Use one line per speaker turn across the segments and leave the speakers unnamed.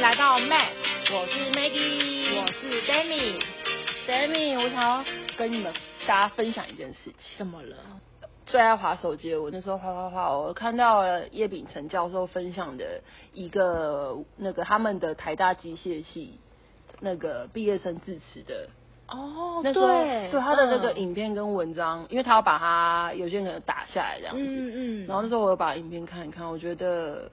来到 Mac，
我是 Maggie，
我是 Demi。
Sammy，我想要跟你们大家分享一件事情。
怎么了？
最爱滑手机，我那时候滑滑滑，我看到了叶秉成教授分享的一个那个他们的台大机械系那个毕业生致辞的
哦，
那时候
对，
对他的那个
嗯
影片跟文章，因为他要把它有些人可能打下来这样子，
嗯嗯，
然后那时候我有把影片看一看，我觉得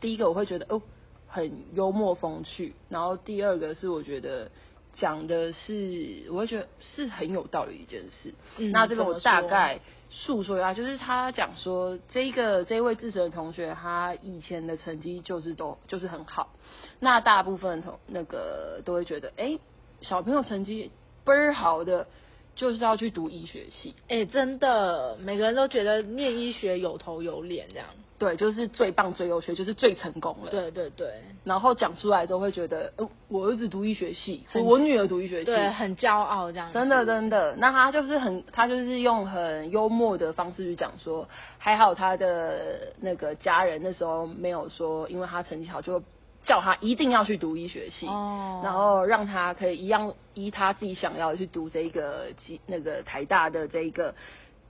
第一个我会觉得哦很幽默风趣，然后第二个是我觉得讲的是我会觉得是很有道理的一件事。
嗯
那这边
怎
我
么
大
说
概述说一下，就是他讲说这个这一位智的同学，他以前的成绩就是都就是很好，那大部分同那个都会觉得哎、诶小朋友成绩倍儿好的。就是要去读医学系，
哎、真的，每个人都觉得念医学有头有脸这样。
对，就是最棒、最优秀，就是最成功了。
对对对，
然后讲出来都会觉得，呃，我儿子读医学系，
很
我女儿读医学系，
对，很骄傲这样子。
真的真的。那他就是很，他就是用很幽默的方式去讲说，还好他的那个家人那时候没有说，因为他成绩好就叫他一定要去读医学系，
哦
然后让他可以一样依他自己想要的去读这一个机那个台大的这一个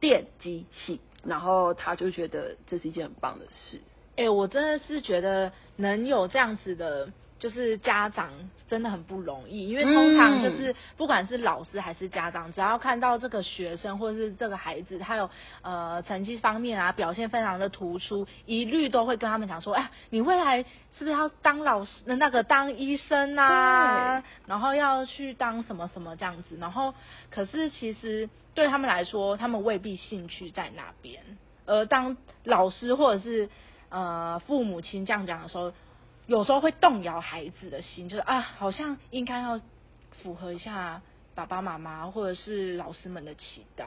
电机系，然后他就觉得这是一件很棒的事。
哎、我真的是觉得能有这样子的，就是家长真的很不容易，因为通常就是不管是老师还是家长，只要看到这个学生或者是这个孩子，他有呃成绩方面啊表现非常的突出，一律都会跟他们讲说，哎、你未来是不是要当老师，那个当医生啊，然后要去当什么什么这样子，然后可是其实对他们来说，他们未必兴趣在那边，而当老师或者是呃父母亲这样讲的时候，有时候会动摇孩子的心，就是啊，好像应该要符合一下爸爸妈妈或者是老师们的期待。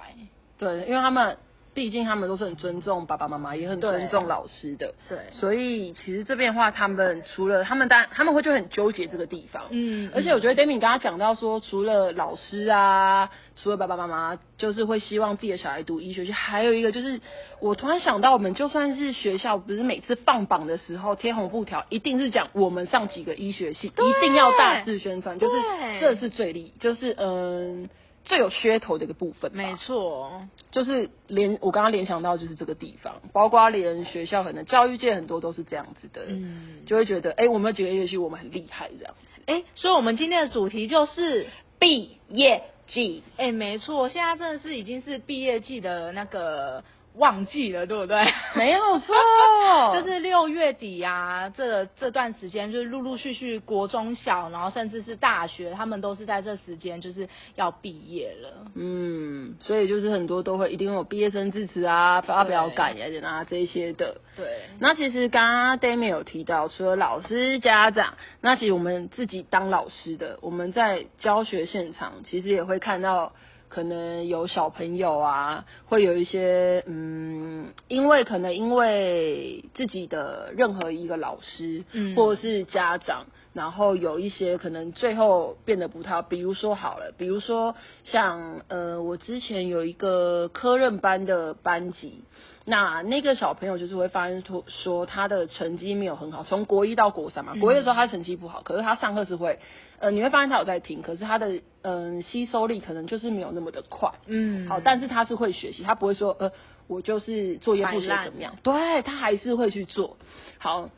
对，因为他们毕竟他们都是很尊重爸爸妈妈，也很
对
尊重老师的，
对
所以其实这边的话，他们除了他们当然他们会就很纠结这个地方，
嗯
而且我觉得 Demi 刚刚讲到说，除了老师啊，除了爸爸妈妈，就是会希望自己的小孩读医学系，还有一个就是，我突然想到，我们就算是学校，不是每次放榜的时候贴红布条，一定是讲我们上几个医学系，
对
一定要大肆宣传，就是
对
这是最厉，就是嗯。最有噱头的一个部分吧，
没错，
就是联，我刚刚联想到就是这个地方，包括连学校可能教育界很多都是这样子的，
嗯
就会觉得哎、诶我们有几个乐器我们很厉害这样子。
哎，所以我们今天的主题就是。
毕业季，
哎，没错，现在真的是已经是毕业季的那个旺季了，对不对？，
没有 错
就是六月底啊，这这段时间就是陆陆续续国中小，然后甚至是大学，他们都是在这时间就是要毕业了。
嗯，所以就是很多都会一定会有毕业生致辞啊、发表
对
感言啊这一些的。
对，
那其实刚刚 d a m i 有提到，除了老师、家长，那其实我们自己当老师的，我们在教学现场其实也会看到，可能有小朋友啊，会有一些嗯，因为可能因为自己的任何一个老师，
嗯
或者是家长，然后有一些可能最后变得不太好，比如说好了，比如说像呃，我之前有一个科任班的班级，那那个小朋友就是会发现说说他的成绩没有很好，从国一到国三嘛，国一的时候他成绩不好，可是他上课是会，呃，你会发现他有在听，可是他的嗯、吸收力可能就是没有那么的快，
嗯
好，但是他是会学习，他不会说呃，我就是作业不写
摆烂
怎么样，对他还是会去做。好，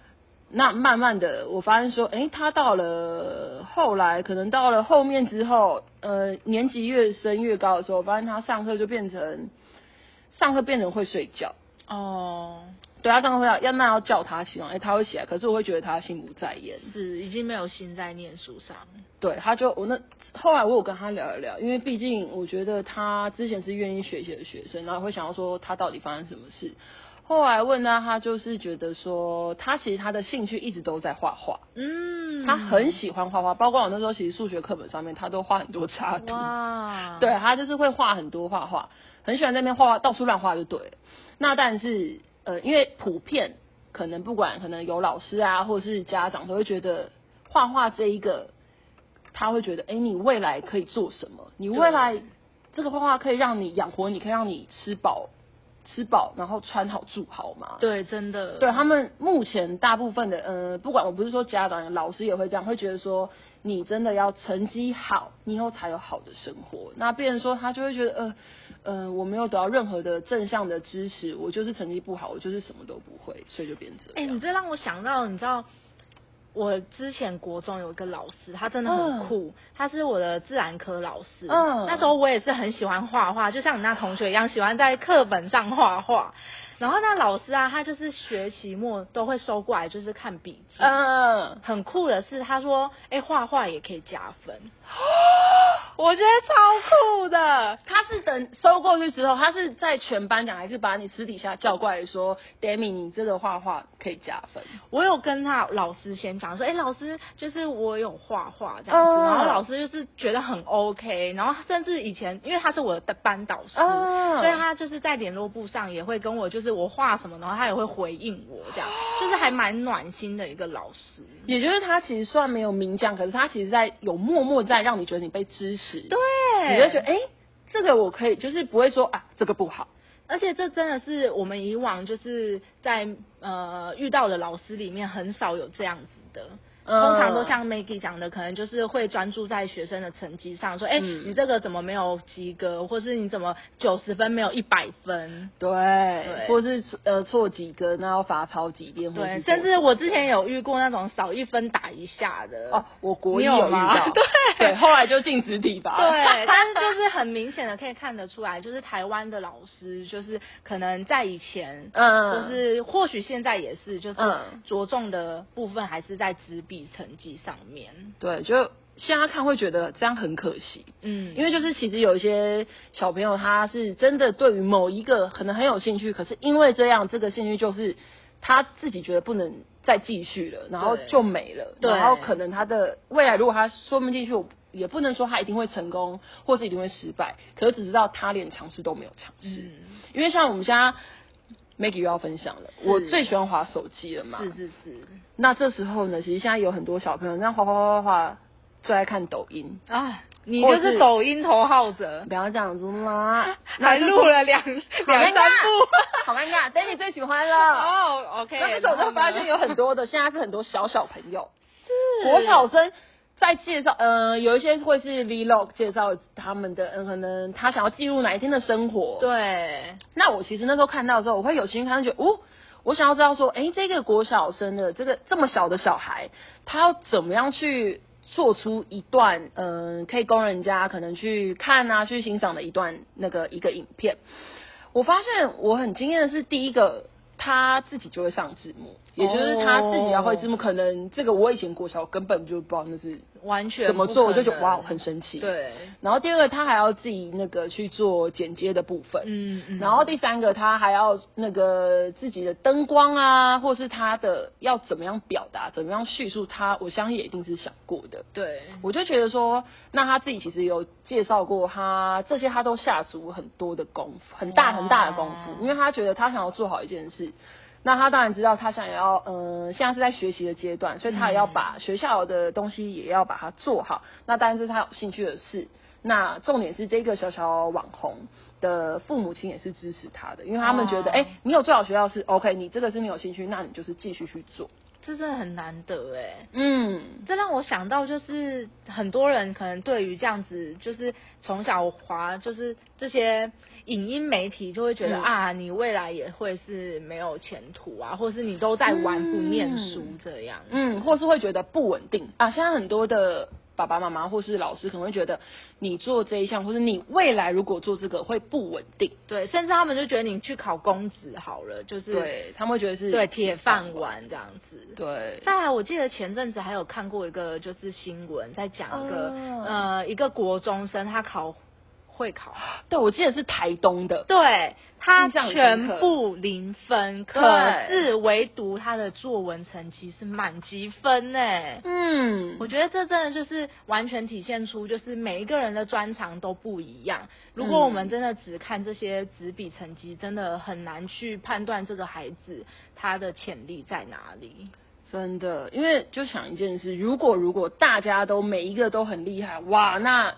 那慢慢的我发现说，诶，他到了后来，可能到了后面之后，呃，年级越升越高的时候，我发现他上课就变成上课变成会睡觉。
哦，
对他上课会要，要那要叫他起来，诶，他会起来，可是我会觉得他心不在焉。
是已经没有心在念书上。
对，他就我那后来我有跟他聊一聊，因为毕竟我觉得他之前是愿意学习的学生，然后会想要说他到底发生什么事。后来问他，他就是觉得说，他其实他的兴趣一直都在画画，
嗯，
他很喜欢画画，包括我那时候其实数学课本上面他都画很多插图，
哇，
对他就是会画很多画画，很喜欢在那边画画，到处乱画就对了。那但是呃，因为普遍可能不管可能有老师啊，或者是家长都会觉得画画这一个，他会觉得哎、诶你未来可以做什么？你未来这个画画可以让你养活你，可以让你吃饱。吃饱，然后穿好住好嘛。
对，真的，
对他们目前大部分的，呃，不管我不是说家长，老师也会这样，会觉得说你真的要成绩好，你以后才有好的生活。那变成说他就会觉得，呃，呃，我没有得到任何的正向的支持，我就是成绩不好，我就是什么都不会，所以就变这
哎、
样。
你这让我想到，你知道，我之前国中有一个老师，他真的很酷，他是我的自然科老师。
嗯
那时候我也是很喜欢画画，就像你那同学一样，喜欢在课本上画画。然后那老师啊，他就是学期末都会收过来，就是看笔记。
嗯，
很酷的是，他说：“哎、画画也可以加 分。”我觉得超酷的。
他是等收过去之后，他是在全班讲，还是把你私底下叫过来说，Demi，你这个画画可以加分。
我有跟他老师先讲说，哎、老师就是我有画画这样子，
嗯
然后老师就是觉得很 OK，然后甚至以前因为他是我的班导师，
嗯
所以他就是在联络部上也会跟我就是我画什么，然后他也会回应我这样，就是还蛮暖心的一个老师。
也就是他其实虽然没有明讲，可是他其实在有默默在让你觉得你被支持，对，
对，
你就觉得哎、诶这个我可以，就是不会说啊这个不好，
而且这真的是我们以往就是在呃遇到的老师里面很少有这样子的。
嗯
通常都像 Maggie 讲的，可能就是会专注在学生的成绩上，说，哎、
嗯
你这个怎么没有及格，或是你怎么九十分没有一百分，
对，
对
或是呃错几个，然后罚抄几遍，或
对
是，
甚至我之前有遇过那种少一分打一下的，
哦，我国一
你有
遇
吗
到，
对
对，后来就禁止体 罚，
对，但是就是很明显的可以看得出来，就是台湾的老师，就是可能在以前，就
嗯
是或许现在也是，就是
嗯
着重的部分还是在纸笔成绩上面，
对，就现在看会觉得这样很可惜，
嗯，
因为就是其实有一些小朋友他是真的对于某一个可能很有兴趣，可是因为这样这个兴趣就是他自己觉得不能再继续了，然后
对
就没了，
对
然后可能他的未来如果他说不进去，我也不能说他一定会成功或是一定会失败，可是只知道他连尝试都没有尝试，
嗯，
因为像我们现在 Maggie 又要分享了，
是
我最喜欢滑手机了嘛，
是是是，
那这时候呢，其实现在有很多小朋友那滑滑滑滑滑最爱看抖音。
啊，你
或
就是是抖音头号者，
不要这样 子嘛，
还录了两 两三部，
好尴尬，Danny 最喜欢了。
哦，OK，
那这时候我就发现有很多的，现在是很多小小朋友，
是
国小生在介绍，呃，有一些会是 vlog 介绍他们的，嗯，可能他想要记录哪一天的生活。，
对，
那我其实那时候看到的时候，我会有兴趣看，觉得哦。我想要知道说，诶，这个国小生的这个这么小的小孩，他要怎么样去做出一段，嗯、可以供人家可能去看啊、去欣赏的一段那个一个影片。我发现我很惊艳的是，第一个他自己就会上字幕，也就是他自己要会字
哦
幕。可能这个我以前国小根本就不知道那是
完全
怎么
不
做，我
可
就觉得
能
哇，我很神奇。。
对，
然后第二个，他还要自己那个去做剪接的部分。
嗯嗯，
然后第三个，他还要那个自己的灯光啊，或是他的要怎么样表达，怎么样叙述他，我相信也一定是想过的。
对，
我就觉得说，那他自己其实有介绍过他，这些他都下足很多的功夫，很大
哇
很大的功夫，因为他觉得他想要做好一件事。那他当然知道，他想要，呃，现在是在学习的阶段，所以他也
嗯
要把学校的东西也要把它做好。那当然这是他有兴趣的事。那重点是这个小小网红的父母亲也是支持他的，因为他们觉得，
哇
哎、你有最好学校是 OK，你这个是你有兴趣，那你就是继续去做。
这真的很难得哎。
嗯，
这让我想到，就是很多人可能对于这样子，就是从小滑，就是这些影音媒体就会觉得、
嗯
啊，你未来也会是没有前途啊，或是你都在玩不念书这样。
嗯，或是会觉得不稳定啊。现在很多的爸爸妈妈或是老师可能会觉得，你做这一项，或是你未来如果做这个会不稳定，
对，甚至他们就觉得你去考公职好了，就是
对他们会觉得是
对铁饭碗这样子。
对，
再来，我记得前阵子还有看过一个就是新闻，在讲一个、
哦
呃一个国中生他考会 考，
对我记得是台东的，
对他
印象很深
全
刻
部零分，可
对
是唯独他的作文成绩是满积分呢。
嗯
我觉得这真的就是完全体现出，就是每一个人的专长都不一样。如果我们真的只看这些纸笔成绩，真的很难去判断这个孩子他的潜力在哪里。
真的，因为就想一件事，如果如 果大家都每一个都很厉害，哇，那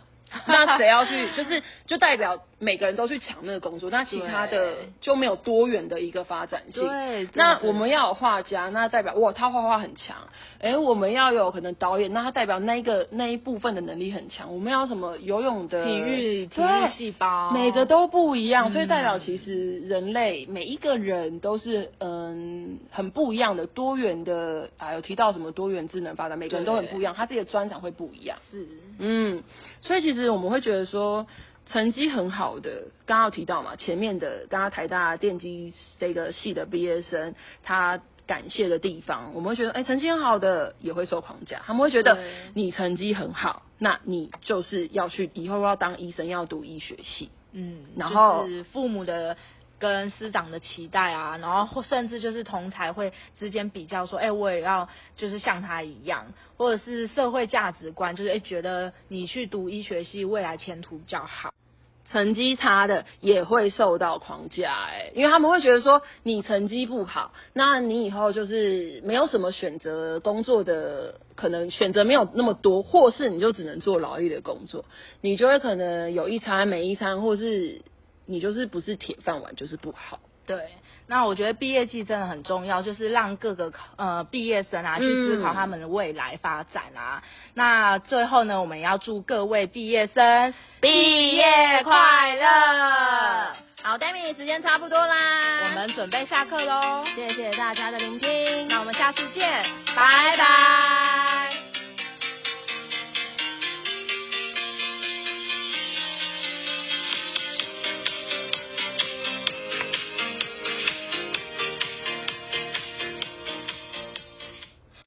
那谁要去？就是就代表每个人都去抢那个工作，那其他的
对
就没有多元的一个发展性。
对
那
真的
我们要有画家，那代表哇，他画画很强。哎，我们要有可能导演，那他代表那一个那一部分的能力很强。我们要有什么游泳的
体育体
对
育细胞，
每个都不一样，所以代表
嗯
其实人类每一个人都是嗯很不一样的多元的啊，有提到什么多元智能发展，每个人都很不一样，他自己的专长会不一样。
是
嗯，所以其实我们会觉得说，成绩很好的，刚刚有提到嘛，前面的刚刚台大电机这个系的毕业生，他感谢的地方，我们会觉得，哎、成绩很好的也会受框架，他们会觉得
对
你成绩很好，那你就是要去以后要当医生，要读医学系。
嗯，
然后
就是父母的跟师长的期待啊，然后或甚至就是同才会之间比较说，哎、我也要就是像他一样，或者是社会价值观，就是哎、觉得你去读医学系未来前途比较好，
成绩差的也会受到框架、哎，因为他们会觉得说你成绩不好，那你以后就是没有什么选择工作的可能，选择没有那么多，或是你就只能做劳力的工作，你就会可能有一餐没一餐，或是你就是不是铁饭碗就是不好。
对。那我觉得毕业季真的很重要，就是让各个考呃毕业生啊去思考他们的未来发展啊。那最后呢，我们也要祝各位毕业生
毕
业快乐！
好，Demi，时间差不多啦，
我们准备下课喽。
谢谢大家的聆听，
那我们下次见，
拜拜。